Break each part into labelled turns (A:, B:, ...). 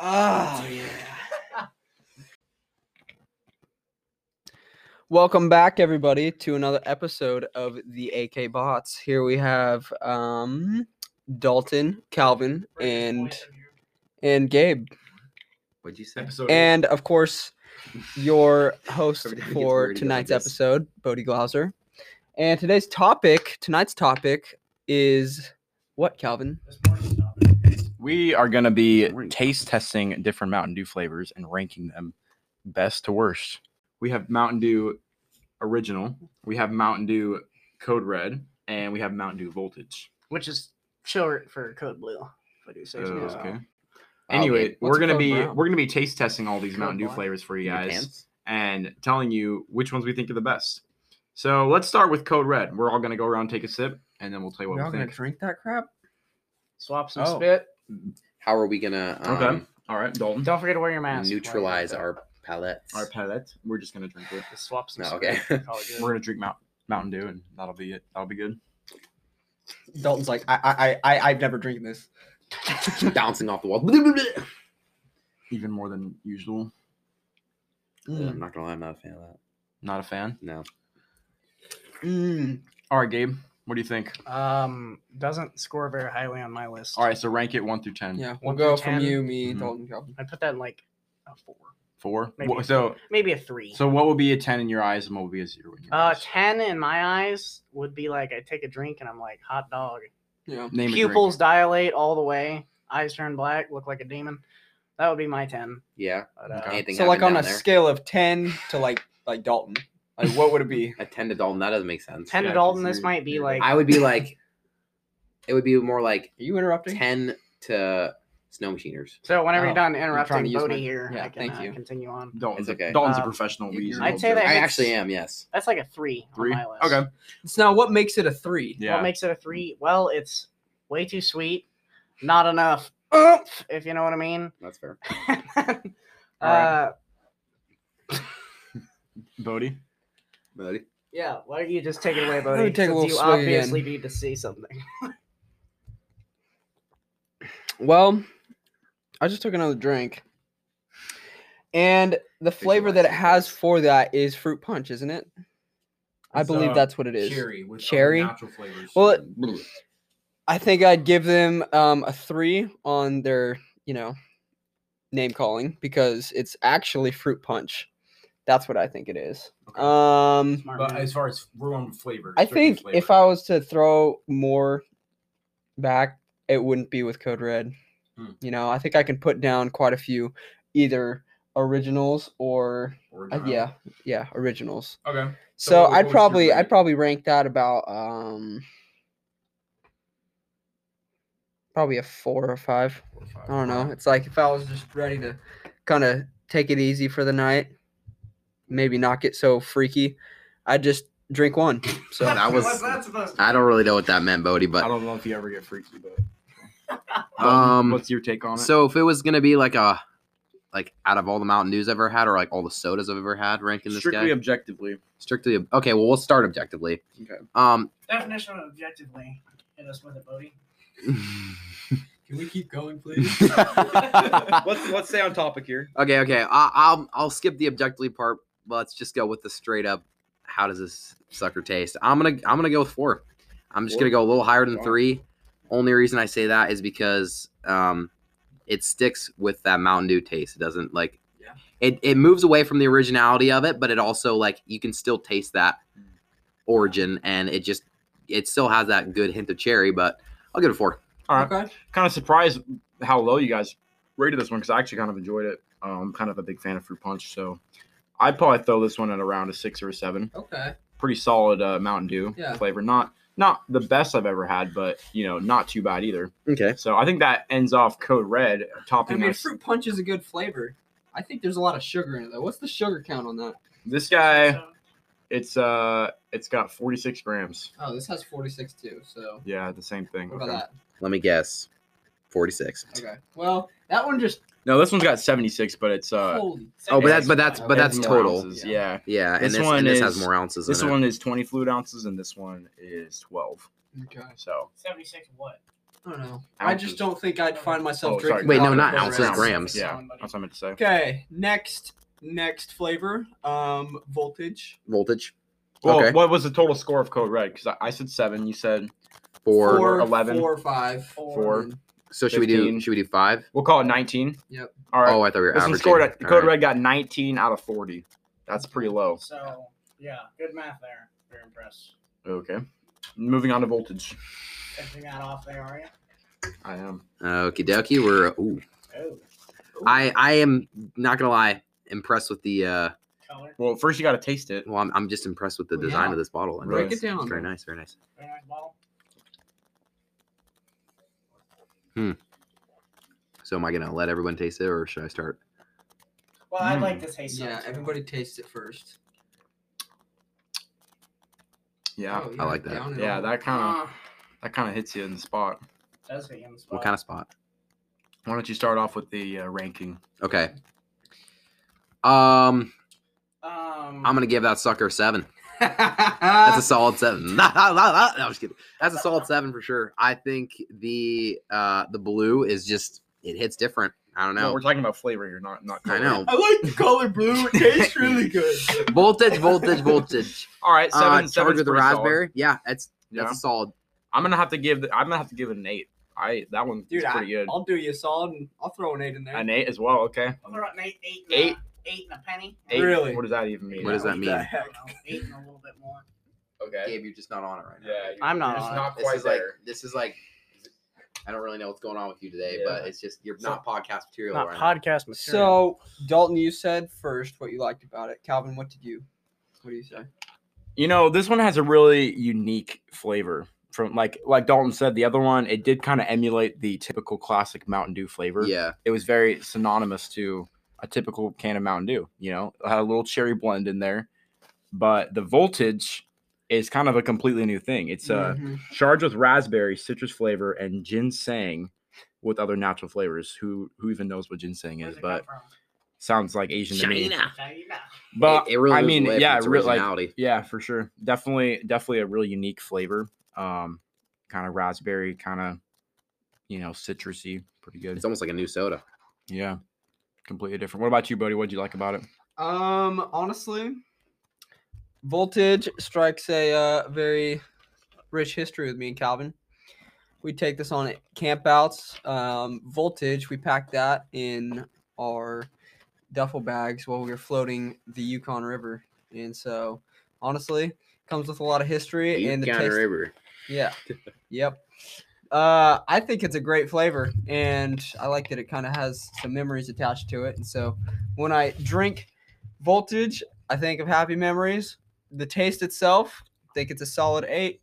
A: Oh yeah.
B: Welcome back, everybody, to another episode of the AK Bots. Here we have um, Dalton, Calvin, and and Gabe,
C: What'd you say?
A: episode eight.
B: and of course your host
C: Every time it gets
B: for
C: weird, he
B: tonight's
C: does this.
B: episode, Bodie Glauser. And today's topic, tonight's topic is what, Calvin?
A: This morning's topic.
D: We are going to be
C: Morning.
D: taste testing different Mountain Dew flavors and ranking them best to worst.
C: We have Mountain Dew Original, we have Mountain Dew Code Red, and we have Mountain Dew Voltage.
E: which is short for code blue. If I do say so
C: Oh,
E: myself.
C: okay.
B: Wow,
C: Anyway,
B: Gabe, what's
C: we're gonna
B: Code
C: be
B: Brown?
C: we're gonna be taste testing all these
E: Code
C: Mountain Dew
E: what?
C: flavors for you Your guys pants? and telling you which ones we think are the best. So let's start with Code Red. We're all gonna go around take a sip, and then we'll tell you what we think.
D: drink that crap?
E: Swap some
D: Oh.
E: spit.
F: how are we gonna um,
C: Okay. all right, Dalton.
E: Don't forget to wear your mask. while you
F: neutralize
E: do it.
F: our palettes?
C: Our palette. We're just gonna drink it.
E: Just swap some
F: No,
E: spit.
F: okay.
E: Call it good.
C: We're gonna drink Mount, Mountain Dew, and that'll be it. That'll be good.
A: Dalton's like, I, I, I, I've never drinking this.
F: bouncing off the wall.
C: Even more than usual.
F: I'm not gonna lie, I'm not a fan of that.
C: Not a fan.
F: No,
B: Mm,
C: All right, Gabe. What do you think?
E: Um, doesn't score very highly on my list.
C: All right, so rank it one through ten.
B: yeah, we'll
E: One
B: go
E: through
B: from
E: 10?
B: you, me,
C: Mhm.
B: Dalton, Calvin.
E: I put that in like a four,
C: Four.
E: Maybe
C: Wha-
E: a
C: so,
E: maybe a three.
C: so what would be a ten in your eyes, and what would be a zero in your
E: uh,
C: eyes?
E: ten in my eyes would be like I take a drink and I'm like hot dog.
B: Yeah.
C: Name a drink.
E: Pupils dilate all the way. Eyes turn black. Look like a demon. That would be my ten.
F: yeah.
E: But, uh,
F: Anything
B: So like on
F: happened
B: a
F: down there?
B: scale of ten to like like Dalton, like what would it be?
F: a ten to Dalton, that doesn't make sense.
E: ten
C: Yeah,
E: to Dalton.
C: 'cause
E: This
C: you're-
E: might be
C: you're-
E: like
F: I would be like, it would be more like
B: Are you interrupting?
F: ten to snow machiners.
E: So whenever
B: Oh,
E: you're done
B: trying to
E: interrupting
B: use my-
E: Bodhi here,
B: yeah,
E: I can
B: thank
E: uh,
B: you.
E: continue on.
C: Dalton's,
F: It's okay.
C: Dalton's
E: Um,
C: a professional.
B: you-
C: Weezer
B: I'd
C: will
E: say
C: do
E: that-
C: it.
F: I
E: it's-
F: actually am. Yes.
E: That's like a three.
C: Three?
E: On my list.
C: Okay.
B: It's now what makes it a three.
C: Yeah.
E: What makes it a three? Well, it's way too sweet, not enough oomph, if you know what I mean.
F: That's fair.
E: uh,
C: Bodie.
F: Buddy.
E: yeah. Why don't you just take it away,
B: Let me
E: buddy?
B: take a little
E: you
B: swig again.
E: obviously need to see something.
B: Well, I just took another drink. And the flavor that it has for that is fruit punch, isn't it? I
A: It's,
B: believe
A: uh,
B: that's what it is.
A: with
B: other Cherry?
A: natural flavors.
B: Well, it- I think I'd give them um, a three on their, you know, name calling because it's actually fruit punch. That's what I think it is.
C: Okay.
B: Um,
E: Smart
A: but
E: man.
A: as far as we're on flavor,
B: I think if I was to throw more back, it wouldn't be with Code Red.
A: Hmm.
B: You know, I think I can put down quite a few either originals or uh, yeah, yeah, originals.
A: Okay.
B: So,
A: So what
B: I'd
A: was your
B: probably I'd
A: grade?
B: probably rank that about um probably a 4 or 5. I don't know. It's like if I was just ready to kind of take it easy for the night, maybe not get so freaky, I'd just drink one. So
F: That was-
E: What's that supposed to
F: I don't really know what that meant, Bodie,
C: I
F: but
C: don't know if you ever get freaky, but Dalton,
F: um,
C: what's your take on it?
F: so if it was gonna be like a, like out of all the Mountain Dews I've ever had, or like all the sodas I've ever had, ranking this
C: strictly
F: guy
C: objectively.
F: strictly. ob- Okay, well we'll start objectively.
C: Okay.
F: Um,
E: Definition of objectively. Hit us with it, Bodhi.
A: Can we keep going, please?
C: let's let's stay on topic here.
F: okay, okay. I, I'll I'll skip the objectively part. Let's just go with the straight up. How does this sucker taste? I'm gonna I'm gonna go with four. I'm just
C: Four?
F: gonna go a little higher than
C: Wow.
F: three. Only reason I say that is because um, it sticks with that Mountain Dew taste. It doesn't like.
A: Yeah.
F: It, it moves away from the originality of it, but it also like you can still taste that origin, and it just it still has that good hint of cherry. But I'll give it a four.
C: All right.
B: okay.
C: Kind of surprised how low you guys rated this one because I actually kind of enjoyed it. Um, I'm kind of a big fan of fruit punch, so I'd probably throw this one at around a six or a seven.
B: Okay.
C: Pretty solid uh, Mountain Dew
B: Yeah.
C: flavor. Not not the best I've ever had, but you know, not too bad either.
F: Okay.
C: So I think that ends off Code Red
B: I
C: topping
B: mean,
C: us.
B: fruit punch is a good flavor. I think there's a lot of sugar in it though. What's the sugar count on that?
C: This guy,
E: So,
C: it's uh, it's got 46 grams.
B: Oh, this has 46 too. So
C: Yeah, the same thing.
B: what about
C: Okay.
F: Let me guess, forty six.
B: that? Okay. Well, that one just
C: No, this one's got 76, but it's uh,
B: holy.
F: Oh, but
C: that's-
F: that's but that's but
B: Okay.
F: that's
C: it's more
F: total.
C: ounces,
B: Yeah.
C: yeah.
F: Yeah,
C: This
F: and this
C: one
F: and this has
C: is-
F: more ounces.
C: This
F: in it.
C: one is 20 fluid ounces, and this one is 12.
B: Okay.
C: So
E: Seventy-six. What?
B: oh, I don't know. I
G: Ounces.
B: just don't think I'd find myself
G: Oh, sorry.
B: drinking.
F: Wait, no,
B: coffee
F: not
B: with
F: ounces,
B: around
F: grams.
G: Yeah,
B: somebody.
G: that's what I meant to say.
B: Okay, next next flavor, um, voltage.
F: Voltage
G: Well,
F: Okay.
G: what was the total score of Code Red? Because I, I said seven. You said
F: for
G: Four. 11.
B: four, five,
G: Four.
B: and-
F: so should we do
G: 15.
F: should we do five?
G: we'll call it nineteen.
B: Yep.
G: All right.
F: Oh, I thought we were
G: this one
F: averaging.
G: scored at,
F: All
G: Code
F: right.
G: Red got nineteen out of forty. That's pretty low.
E: So yeah, good math there. Very impressed.
G: Okay. Moving on to voltage.
E: Catching that off there, are you?
G: I am.
F: Okie dokie. We're ooh.
E: Oh,
F: I I am not gonna lie impressed with the. uh
E: color.
G: Well, first you got to taste it.
F: Well, I'm, I'm just impressed with the
B: Oh,
F: design
B: yeah.
F: of this bottle. I mean,
G: Break
F: it's
B: it down.
F: Very nice. Very nice.
E: Very nice bottle.
F: So am I gonna let everyone taste it, or should I start?
E: Well, I'd like
G: Mm.
E: to taste some.
B: Yeah,
E: too.
B: everybody tastes it first.
G: Yeah.
B: Oh,
F: I like that.
B: down it
G: Yeah,
B: all.
G: that kind of that kind of hits you in the spot.
E: Ah, Does hit you in the spot.
F: What kind of spot?
G: Why don't you start off with the uh, ranking?
F: Okay. Um,
E: Um,
F: I'm gonna give that sucker a seven. That's a
B: That's
F: solid seven. no, I'm just kidding. That's a solid seven for sure. I think the uh the blue is just it hits different. I don't
G: No,
F: know.
G: we're talking about flavor here, not not.
F: I
G: color.
F: know.
B: I like the color blue. It tastes really good.
F: Voltage, voltage, voltage.
G: All right,
F: Uh,
G: seven.
F: charged
G: seven's
F: with a
G: pretty solid.
F: raspberry. Yeah, that's
G: Yeah.
F: that's a solid.
G: I'm gonna have to give. The, I'm gonna have to give it an eight. I that one's
B: Dude, I,
G: pretty good.
B: I'll do you a solid and I'll throw an eight in there.
G: An eight as well. Okay.
E: What about an eight, eight, and
G: Eight.
E: A, eight and a penny.
G: Eight.
B: Really?
G: What does that even mean?
F: What does that
B: the
F: mean?
E: I
B: heck?
E: don't know, eight and a little bit more.
G: Okay.
F: Gabe, you're just not on it right
G: Yeah.
E: I'm not
G: It's
E: on it.
G: not
F: This
G: quite
F: is like
G: there.
F: this is like I don't really know what's going on with you today,
G: Yeah.
F: but it's just you're
G: So-
F: not podcast material
E: Not
F: right
E: podcast material.
B: So, Dalton, you said first what you liked about it. Calvin, what did you? What do you say?
C: You know, this one has a really unique flavor. From like like Dalton said, the other one it did kind of emulate the typical classic Mountain Dew
F: now.
C: flavor.
F: Yeah.
C: it was very synonymous to a typical can of Mountain Dew. You know, it had a little cherry blend in there, but the voltage is kind of a completely new thing. It's uh,
B: Mhm.
C: charged with raspberry, citrus flavor, and ginseng with other natural flavors. Who who even knows what ginseng
E: Where's
C: is?
E: it come
C: But sounds like Asian to me.
E: from? China.
C: But
F: It- it really
C: I
F: moves
C: mean,
F: away from
C: yeah,
F: its
C: re- like
F: originality.
C: yeah, for sure. Definitely, definitely a really unique flavor. Um, kind of raspberry, kind of you know citrusy. Pretty good.
F: It's almost like a new soda.
C: Yeah, completely different. What about you, buddy? What'd you like about it?
B: Um, honestly, Voltage strikes a uh, very rich history with me and Calvin. We take this on at campouts. Um, Voltage, we packed that in our duffel bags while we were floating the Yukon River, and so honestly, comes with a lot of history and the
F: Yukon
B: taste.
F: River.
B: Yeah. yep. Uh, I think it's a great flavor, and I like that it kind of has some memories attached to it. And so, when I drink Voltage, I think of happy memories. The taste itself, I think it's a solid eight.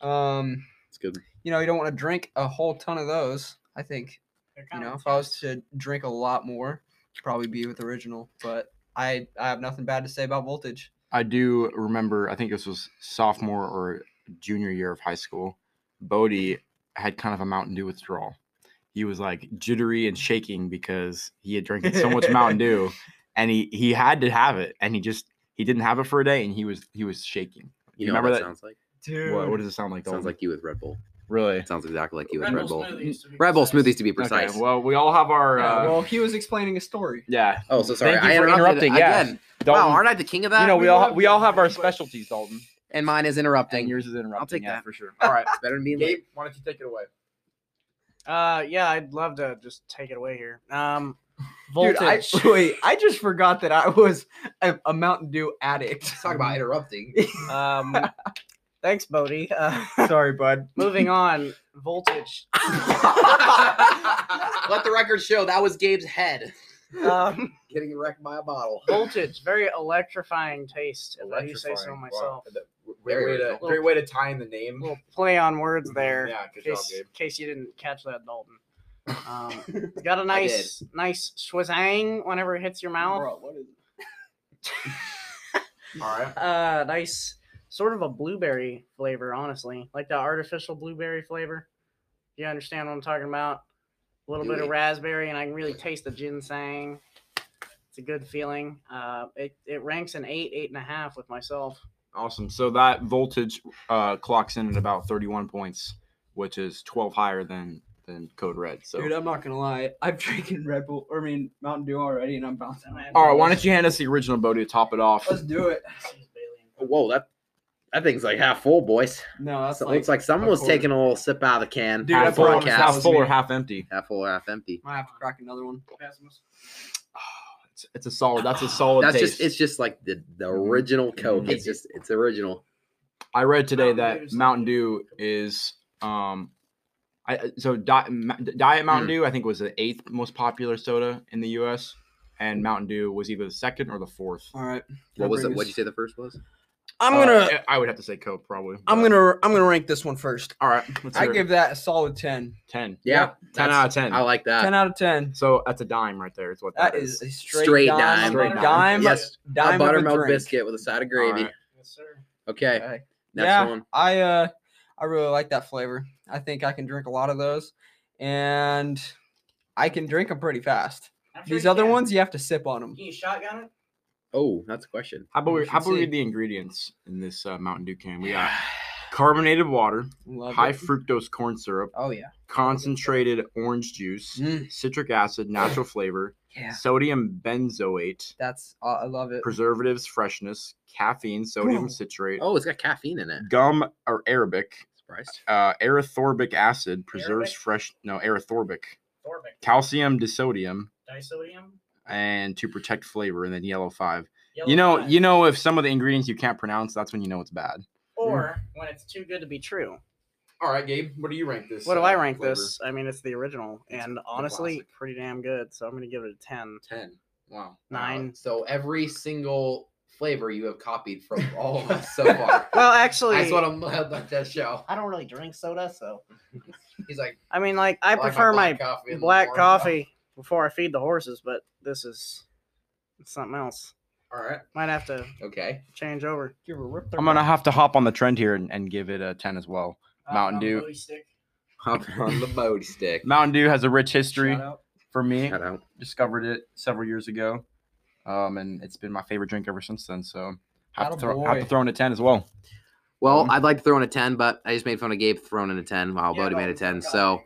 B: Um,
F: It's good.
B: you know, you don't want to drink a whole ton of those. I think
E: They're
B: you
E: kinda
B: know if I was to drink a lot more, it'd probably be with original. But I I have nothing bad to say about Voltage.
C: I do remember, I think this was sophomore or junior year of high school. Bodie had kind of a Mountain Dew withdrawal. He was like jittery and shaking because he had drinking so much Mountain Dew and he he had to have it and he just he didn't have it for a day and he was he was shaking. You
F: You, know what
C: remember
F: that,
C: that-
F: sounds like?
B: Dude,
C: What, what does it sound like?
F: It sounds
C: Dalton?
F: like you with Red Bull.
C: really.
F: It sounds exactly like you with
E: Red
F: Red
E: Bull
F: Bull.
E: smoothies, to be
F: Red Bull
E: precise.
F: smoothies to be precise.
C: Okay, well, we all have our
B: Yeah,
C: uh,
B: well, he was explaining a story.
C: yeah.
F: oh, so sorry.
C: Thank you
F: I
C: for
F: interrupted
C: interrupting, yeah.
F: again.
C: Dalton,
F: Wow, aren't I the king of that?
C: you know we all
B: love
C: we all have our
B: but-
C: specialties, Dalton.
F: and mine is
C: And
F: interrupting.
C: yours is interrupting.
F: take
C: yeah,
F: that.
C: for sure.
F: all right. It's better than being late.
G: Gabe, why don't you take it away?
E: Uh, yeah, I'd love to just take it away here. Um,
B: Dude, I,
E: voltage.
B: wait, I just forgot that I was a, a Mountain Dew addict.
F: Let's talk about interrupting.
E: um, thanks, Bodie. Uh,
B: Sorry, bud.
E: moving on. Voltage.
F: Let the record show that was Gabe's head
E: Um,
F: getting wrecked by a bottle.
E: voltage. Very electrifying taste. If I do say so
G: Electrifying. Wow.
E: myself.
F: Very
G: Great way, to,
F: original.
G: great way to tie in the name.
E: little play on words there.
G: Yeah,
E: in
G: good job,
E: case,
G: Gabe.
E: case you didn't catch that, Dalton. Um, it's got a
F: I
E: nice, nice swizzang whenever it hits your mouth.
G: All right.
E: Uh, nice, sort of a blueberry flavor, honestly, like the artificial blueberry flavor. You understand what I'm talking about? A little
F: Do
E: bit of
F: we?
E: raspberry, and I can really taste the ginseng. It's a good feeling. Uh, it it ranks an eight, eight and a half with myself.
C: Awesome. So that voltage uh, clocks in at about 31 points. which is 12 higher than than Code Red. So,
B: Dude, I'm not gonna lie. I've drinking Red Bull, or I mean Mountain Dew already, and I'm bouncing.
C: all right, why don't you hand us the original Bodhi to top it off?
B: Let's do it.
F: Whoa, that that thing's like half full, boys.
B: No, that's
F: So it
B: like,
F: looks like someone
B: a
F: was
B: quarter.
F: taking a little sip out of the can.
B: Dude, I
F: on the
C: half full,
B: brought-
F: podcast.
B: that
C: half
B: was
C: full
B: me.
C: or half empty?
F: half full, half empty.
B: might have to crack another one.
C: It's, it's a solid. That's a solid
F: That's
C: taste.
F: just it's just like the, the
C: Mhm.
F: original Coke.
C: Mhm.
F: It's just it's original.
C: I read today
E: Mountain
C: that
E: Dew's-
C: Mountain Dew is um, I I- so Di- Ma- Diet Mountain Dew I think was the eighth most popular soda in the U.S. and Mountain Dew was either the second or the fourth.
B: All right.
F: What was it? What'd you say Oh, the first was?
B: I'm
C: Uh,
B: gonna,
C: I- I would have to say Coke probably.
B: I'm
C: but-
B: gonna, I'm gonna rank this one first.
C: All right. Let's
B: I
C: hear it.
B: give that a solid ten.
C: ten.
F: Yeah,
C: ten
F: that's-
C: out of ten.
F: I like that.
B: Ten out of ten.
C: so that's a dime right there. It's what
B: That is a straight,
F: Straight
B: dime.
F: dime.
C: Straight
B: dime.
C: dime.
F: Yes,
B: dime
F: a
B: of
F: buttermilk
B: drink.
F: biscuit with a side of gravy.
C: Alright.
E: Yes, sir.
F: Okay,
B: Okay.
F: next
B: yeah,
F: one.
B: I uh, I really like that flavor. I think I can drink a lot of those, and I can drink them pretty fast.
E: I'm sure
B: These
E: you
B: other
E: can.
B: ones, you have to sip on them.
E: Can you shotgun it?
F: Oh, that's a question.
C: How about
B: We
C: we, how
B: should
C: about we
B: see.
C: read the ingredients in this uh, Mountain Dew can? We got carbonated water,
B: Love
C: high
B: it.
C: fructose corn syrup,
B: Oh yeah.
C: concentrated orange juice,
B: Mm,
C: citric acid, natural flavor,
B: yeah.
C: sodium benzoate,
B: That's uh, I love it.
C: preservatives, freshness, caffeine, sodium
B: Whoa.
C: citrate,
F: Oh, it's got caffeine in it.
C: gum or Arabic,
F: Surprised.
C: uh, erythorbic acid preserves
E: Arabic?
C: fresh no erythorbic,
E: Thorbic.
C: calcium disodium,
E: Disodium.
C: and to protect flavor, and then yellow five.
E: Yellow
C: You know,
E: five.
C: you know, if some of the ingredients you can't pronounce, that's when you know it's bad.
E: Or when it's too good to be true.
C: All right, Gabe, what do you rank this? uh,
E: What do I rank this? I mean, it's the original, and honestly,
C: classic.
E: pretty damn good. So I'm gonna give it a ten.
C: Ten. Wow.
E: Nine.
H: So every single flavor you have copied from all of us so far.
E: Well, actually,
H: That's what I'm about that show.
E: I don't really drink soda, so
H: He's like,
E: I mean, like I
H: like
E: prefer my black,
H: coffee. in the morning."
E: coffee before I feed the horses, but this is it's something else.
H: All right.
E: Might have to
H: Okay.
E: change over.
B: Give a rip
C: I'm gonna have to hop on the trend here and, and give it a ten as well.
E: Uh,
C: Mountain Dew.
F: Hop
H: On the Bodhi stick.
C: Mountain Dew has a rich history for me.
F: Shout out.
C: Discovered it several years ago, um, and it's been my favorite drink ever since then. So have to, throw, have to
B: Attaboy.
C: throw in a ten as well.
F: Well,
H: Mm-hmm.
C: Um,
F: I'd like to throw in a 10, but I just made fun of Gabe throwing in a 10 while
E: Yeah,
F: Bodie
E: no,
F: made a
E: it's
F: 10.
E: okay.
F: So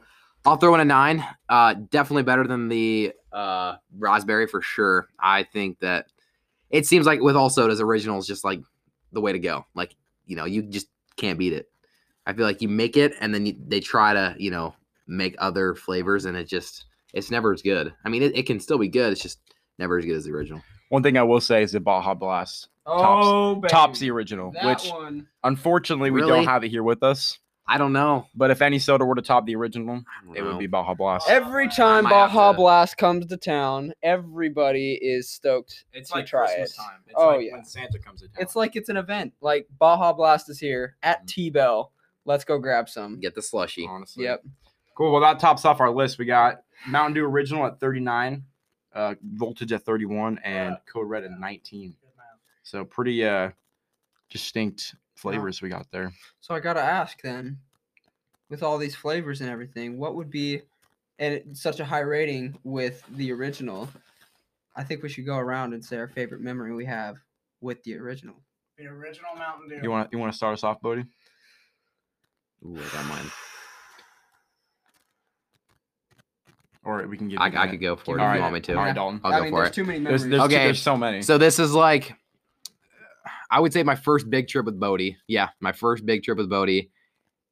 F: I'll throw in a 9. Uh, definitely better than the uh, raspberry for sure. I think that it seems like with all sodas, original is just like the way to go. Like, you know, you just can't beat it. I feel like you make it and then you, they try to, you know, make other flavors and it just, it's never as good. I mean, it, it can still be good. It's just never as good as the original.
C: One thing I will say is the Baja Blast
B: Oh, baby.
C: tops the original,
B: That
C: which
B: one.
C: unfortunately we
F: Really?
C: don't have it here with us.
F: I don't know.
C: But if any soda were to top the original,
F: I don't
C: it would
F: know.
C: be Baja Blast.
B: Every time
F: might have
B: Baja
F: to-
B: Blast comes to town, everybody is stoked to try it.
C: It's
B: Oh, yeah.
C: when Santa comes to town.
B: It's like it's an event. Like Baja Blast is here
C: Mm.
B: at T Bell. Let's go grab some.
F: Get the slushy.
C: honestly.
B: Yep.
C: Cool. Well, that tops off our list. We got Mountain Dew Original at 39, uh, Voltage at 31, and Code Red at 19. So pretty uh distinct flavors we got there.
B: So I gotta ask then, with all these flavors and everything, what would be and it- such a high rating with the original? I think we should go around and say our favorite memory we have with the original.
E: The original Mountain Dew.
C: You want to you want to start us off, Bodie?
F: Ooh, I got mine.
C: Or we can get.
F: I, I could go for it if
C: Alright.
F: you want me to.
C: All right, Dalton.
F: I'll
B: I
F: go
B: mean,
F: for
B: there's
F: it.
B: too many memories.
C: There's, there's,
F: Okay.
C: there's so many.
F: So this is like, I would say my first big trip with Bodie. Yeah, my first big trip with Bodie.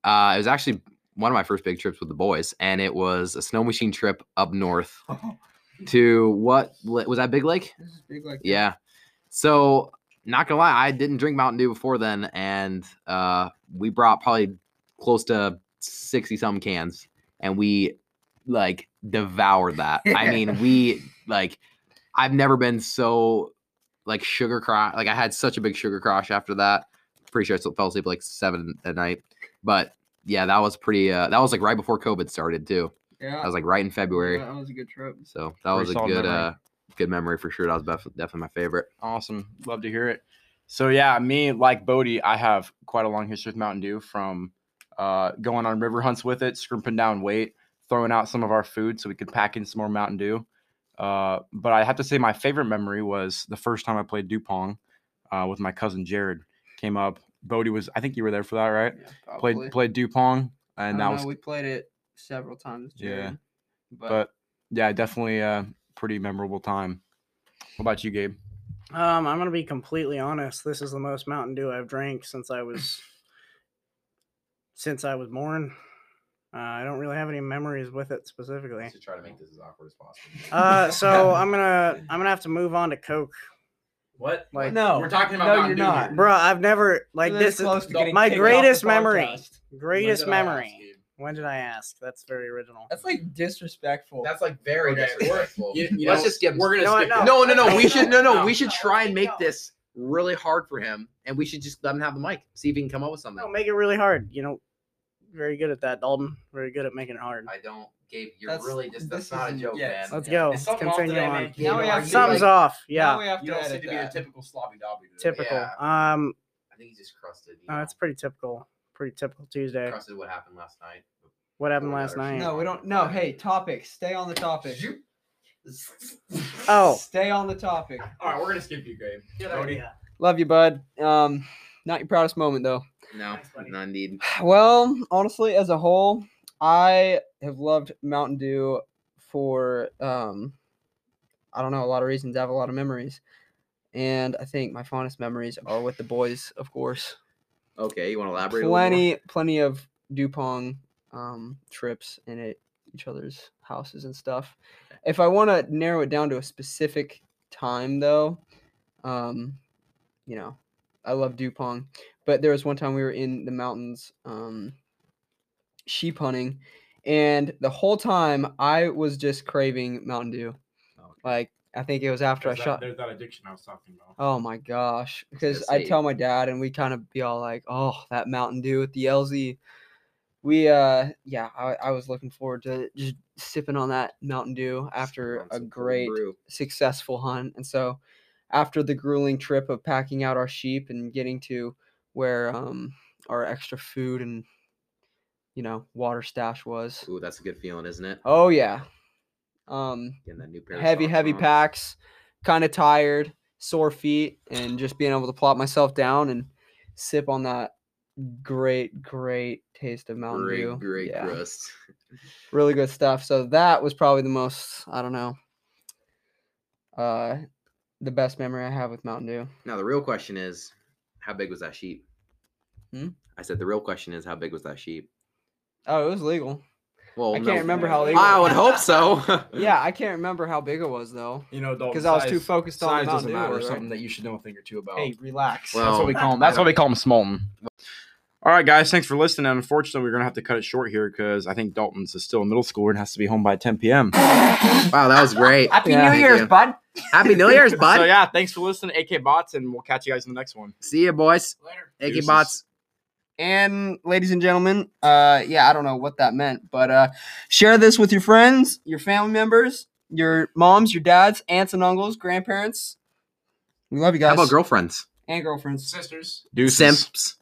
F: Uh, it was actually one of my first big trips with the boys, and it was a snow machine trip up north to what li- was that Big Lake?
B: This is big like
F: Yeah. So not gonna lie, I didn't drink Mountain Dew before then, and uh, we brought probably close to sixty some cans, and we like devoured that. I mean, we like I've never been so like sugar crash. Like I had such a big sugar crash after that. Pretty sure I still fell asleep like seven at night, but yeah, that was pretty. Uh, that was like right before COVID started too.
B: yeah.
F: That was like right in February,
B: that was a good trip.
F: so that
C: Pretty
F: was a
C: solid
F: good,
C: memory.
F: uh, good memory for sure. That was bef- definitely my favorite.
C: Awesome. Love to hear it. So yeah, me like Bodie, I have quite a long history with Mountain Dew from uh, going on river hunts with it, scrimping down weight, throwing out some of our food so we could pack in some more Mountain Dew. Uh, but I have to say my favorite memory was the first time I played Dupong uh, with my cousin Jared. Came up. Bodie was I think you were there for that, right?
B: Yeah,
C: Played played Dupong. and that
B: I
C: was
B: know, we played it several times.
C: Yeah.
B: Jared, but,
C: but yeah, definitely a pretty memorable time. What about you, Gabe?
E: Um, I'm gonna be completely honest. This is the most Mountain Dew I've drank since I was since I was born. Uh, I don't really have any memories with it specifically.
H: should try to make this as awkward as possible.
E: Uh, so I'm gonna I'm gonna have to move on to Coke,
H: what?
E: Like-
B: no,
H: We're talking about
B: no,
H: Mountain
B: you're
H: Dew
B: not.
H: here.
E: bro. I've never like
B: We're
E: this is
B: close to getting
E: my
B: kicked off
E: greatest
B: the
E: memory.
B: podcast.
H: When
E: Greatest
H: did I ask
E: memory.
H: you?
E: When did I ask? That's very original.
B: That's like disrespectful.
H: That's like very
E: Okay, we're-
H: disrespectful.
F: you- you
H: Let's
F: know,
H: just skip.
F: we're
E: gonna No, skip no. it.
F: No, no, no. We should no, no.
H: No.
F: We should try and make
E: No.
F: this really hard for him, and we should just let him have the mic. See if he can come up with
E: No,
F: something.
E: make it really hard. You know, very good at that, Dalton. Very good at making it hard.
H: I don't, Gabe. You're
B: That's-
H: really just.
B: this
H: That's not a
B: isn't-
H: joke,
B: yeah,
H: man.
B: it's-
E: Let's
G: Oh,
E: go.
A: It's
E: Let's
A: something off
E: continue
A: today,
E: on.
A: man.
H: You
A: Now we
H: know,
A: have
H: I
A: to,
E: Something's
A: like-
E: off.
A: now
E: Yeah,
A: we have to
H: You don't seem
A: edit
H: to be a
A: that.
H: typical sloppy dobby. today.
E: typical.
H: Yeah,
E: Um,
H: I think he's just crusted. You
E: no,
H: know.
E: Uh, it's pretty typical. Pretty typical Tuesday.
H: crusted what happened last night.
E: What happened
H: Really
E: last
H: matters.
E: night?
B: no, we don't. No, hey, topic. Stay on the topic.
E: Oh,
B: Stay on the topic.
H: All right, we're gonna skip you, Gabe. Cody.
B: Love you, bud. Um, not your proudest moment though.
F: No,
E: Thanks, buddy.
F: no, indeed.
B: Well, honestly, as a whole, I have loved Mountain Dew for um, I don't know, a lot of reasons. I have a lot of memories, and I think my fondest memories are with the boys, of course.
F: Okay, you want to elaborate? a little more?
B: Plenty, plenty of Dupong um, trips in it, each other's houses and stuff. If I want to narrow it down to a specific time, though, um, you know, I love Dupong, but there was one time we were in the mountains um, sheep hunting, and the whole time I was just craving Mountain Dew. Like I think it was after I shot.
G: There's that addiction I was talking about.
B: Oh my gosh. Because
F: gonna
B: I
F: say-
B: tell my dad and we kind of be all like, oh, that Mountain Dew with the LZ. We, uh, yeah, I, I was looking forward to just sipping on that Mountain Dew after
F: Want
B: a
F: some cold
B: great,
F: brew.
B: successful hunt. And so after the grueling trip of packing out our sheep and getting to where, um, our extra food and, you know, water stash was.
F: Ooh, that's a good feeling, isn't it?
B: Oh, yeah. Um,
F: Getting that new pair of
B: heavy,
F: socks
B: heavy
F: on.
B: packs, kind of tired, sore feet, and just being able to plop myself down and sip on that great, great taste of Mountain
F: Great,
B: Dew.
F: great
B: Yeah,
F: crust.
B: really good stuff. So that was probably the most, I don't know, uh, the best memory I have with Mountain Dew.
F: Now the real question is, how big was that sheep?
B: Hmm?
F: I said the real question is, how big was that sheep?
B: Oh, it was legal.
F: Well,
B: I
F: no-
B: can't remember how legal.
F: I would hope so.
B: yeah, I can't remember how big it was though,
G: You know, Dalton,
B: because I was too
G: size-
B: focused on
G: Size
B: the Mountain
G: doesn't
B: Dew.
G: matter.
B: right?
G: Something that you should know a thing or two about.
B: Hey, relax.
F: Well-
G: that's what we call them. That's what we call them, Smolton. All right, guys. Thanks for listening. Unfortunately, we're gonna have to cut it short here because I think Dalton's is still in middle school and has to be home by 10 p.m.
F: Wow, that was great.
B: Happy
F: Yeah,
B: New
F: thank
B: Year's,
F: you.
B: bud.
F: Happy New Year's, bud.
G: So yeah, thanks for listening, AK Bots, and we'll catch you guys in the next one.
F: See ya, boys.
H: Later.
F: AK
G: Deuces.
F: bots.
B: And ladies and gentlemen, uh, yeah, I don't know what that meant, but uh, share this with your friends, your family members, your moms, your dads, aunts and uncles, grandparents. We love you
F: How
B: guys
F: about girlfriends?
B: and girlfriends.
H: Sisters.
G: Deuces.
F: Simps.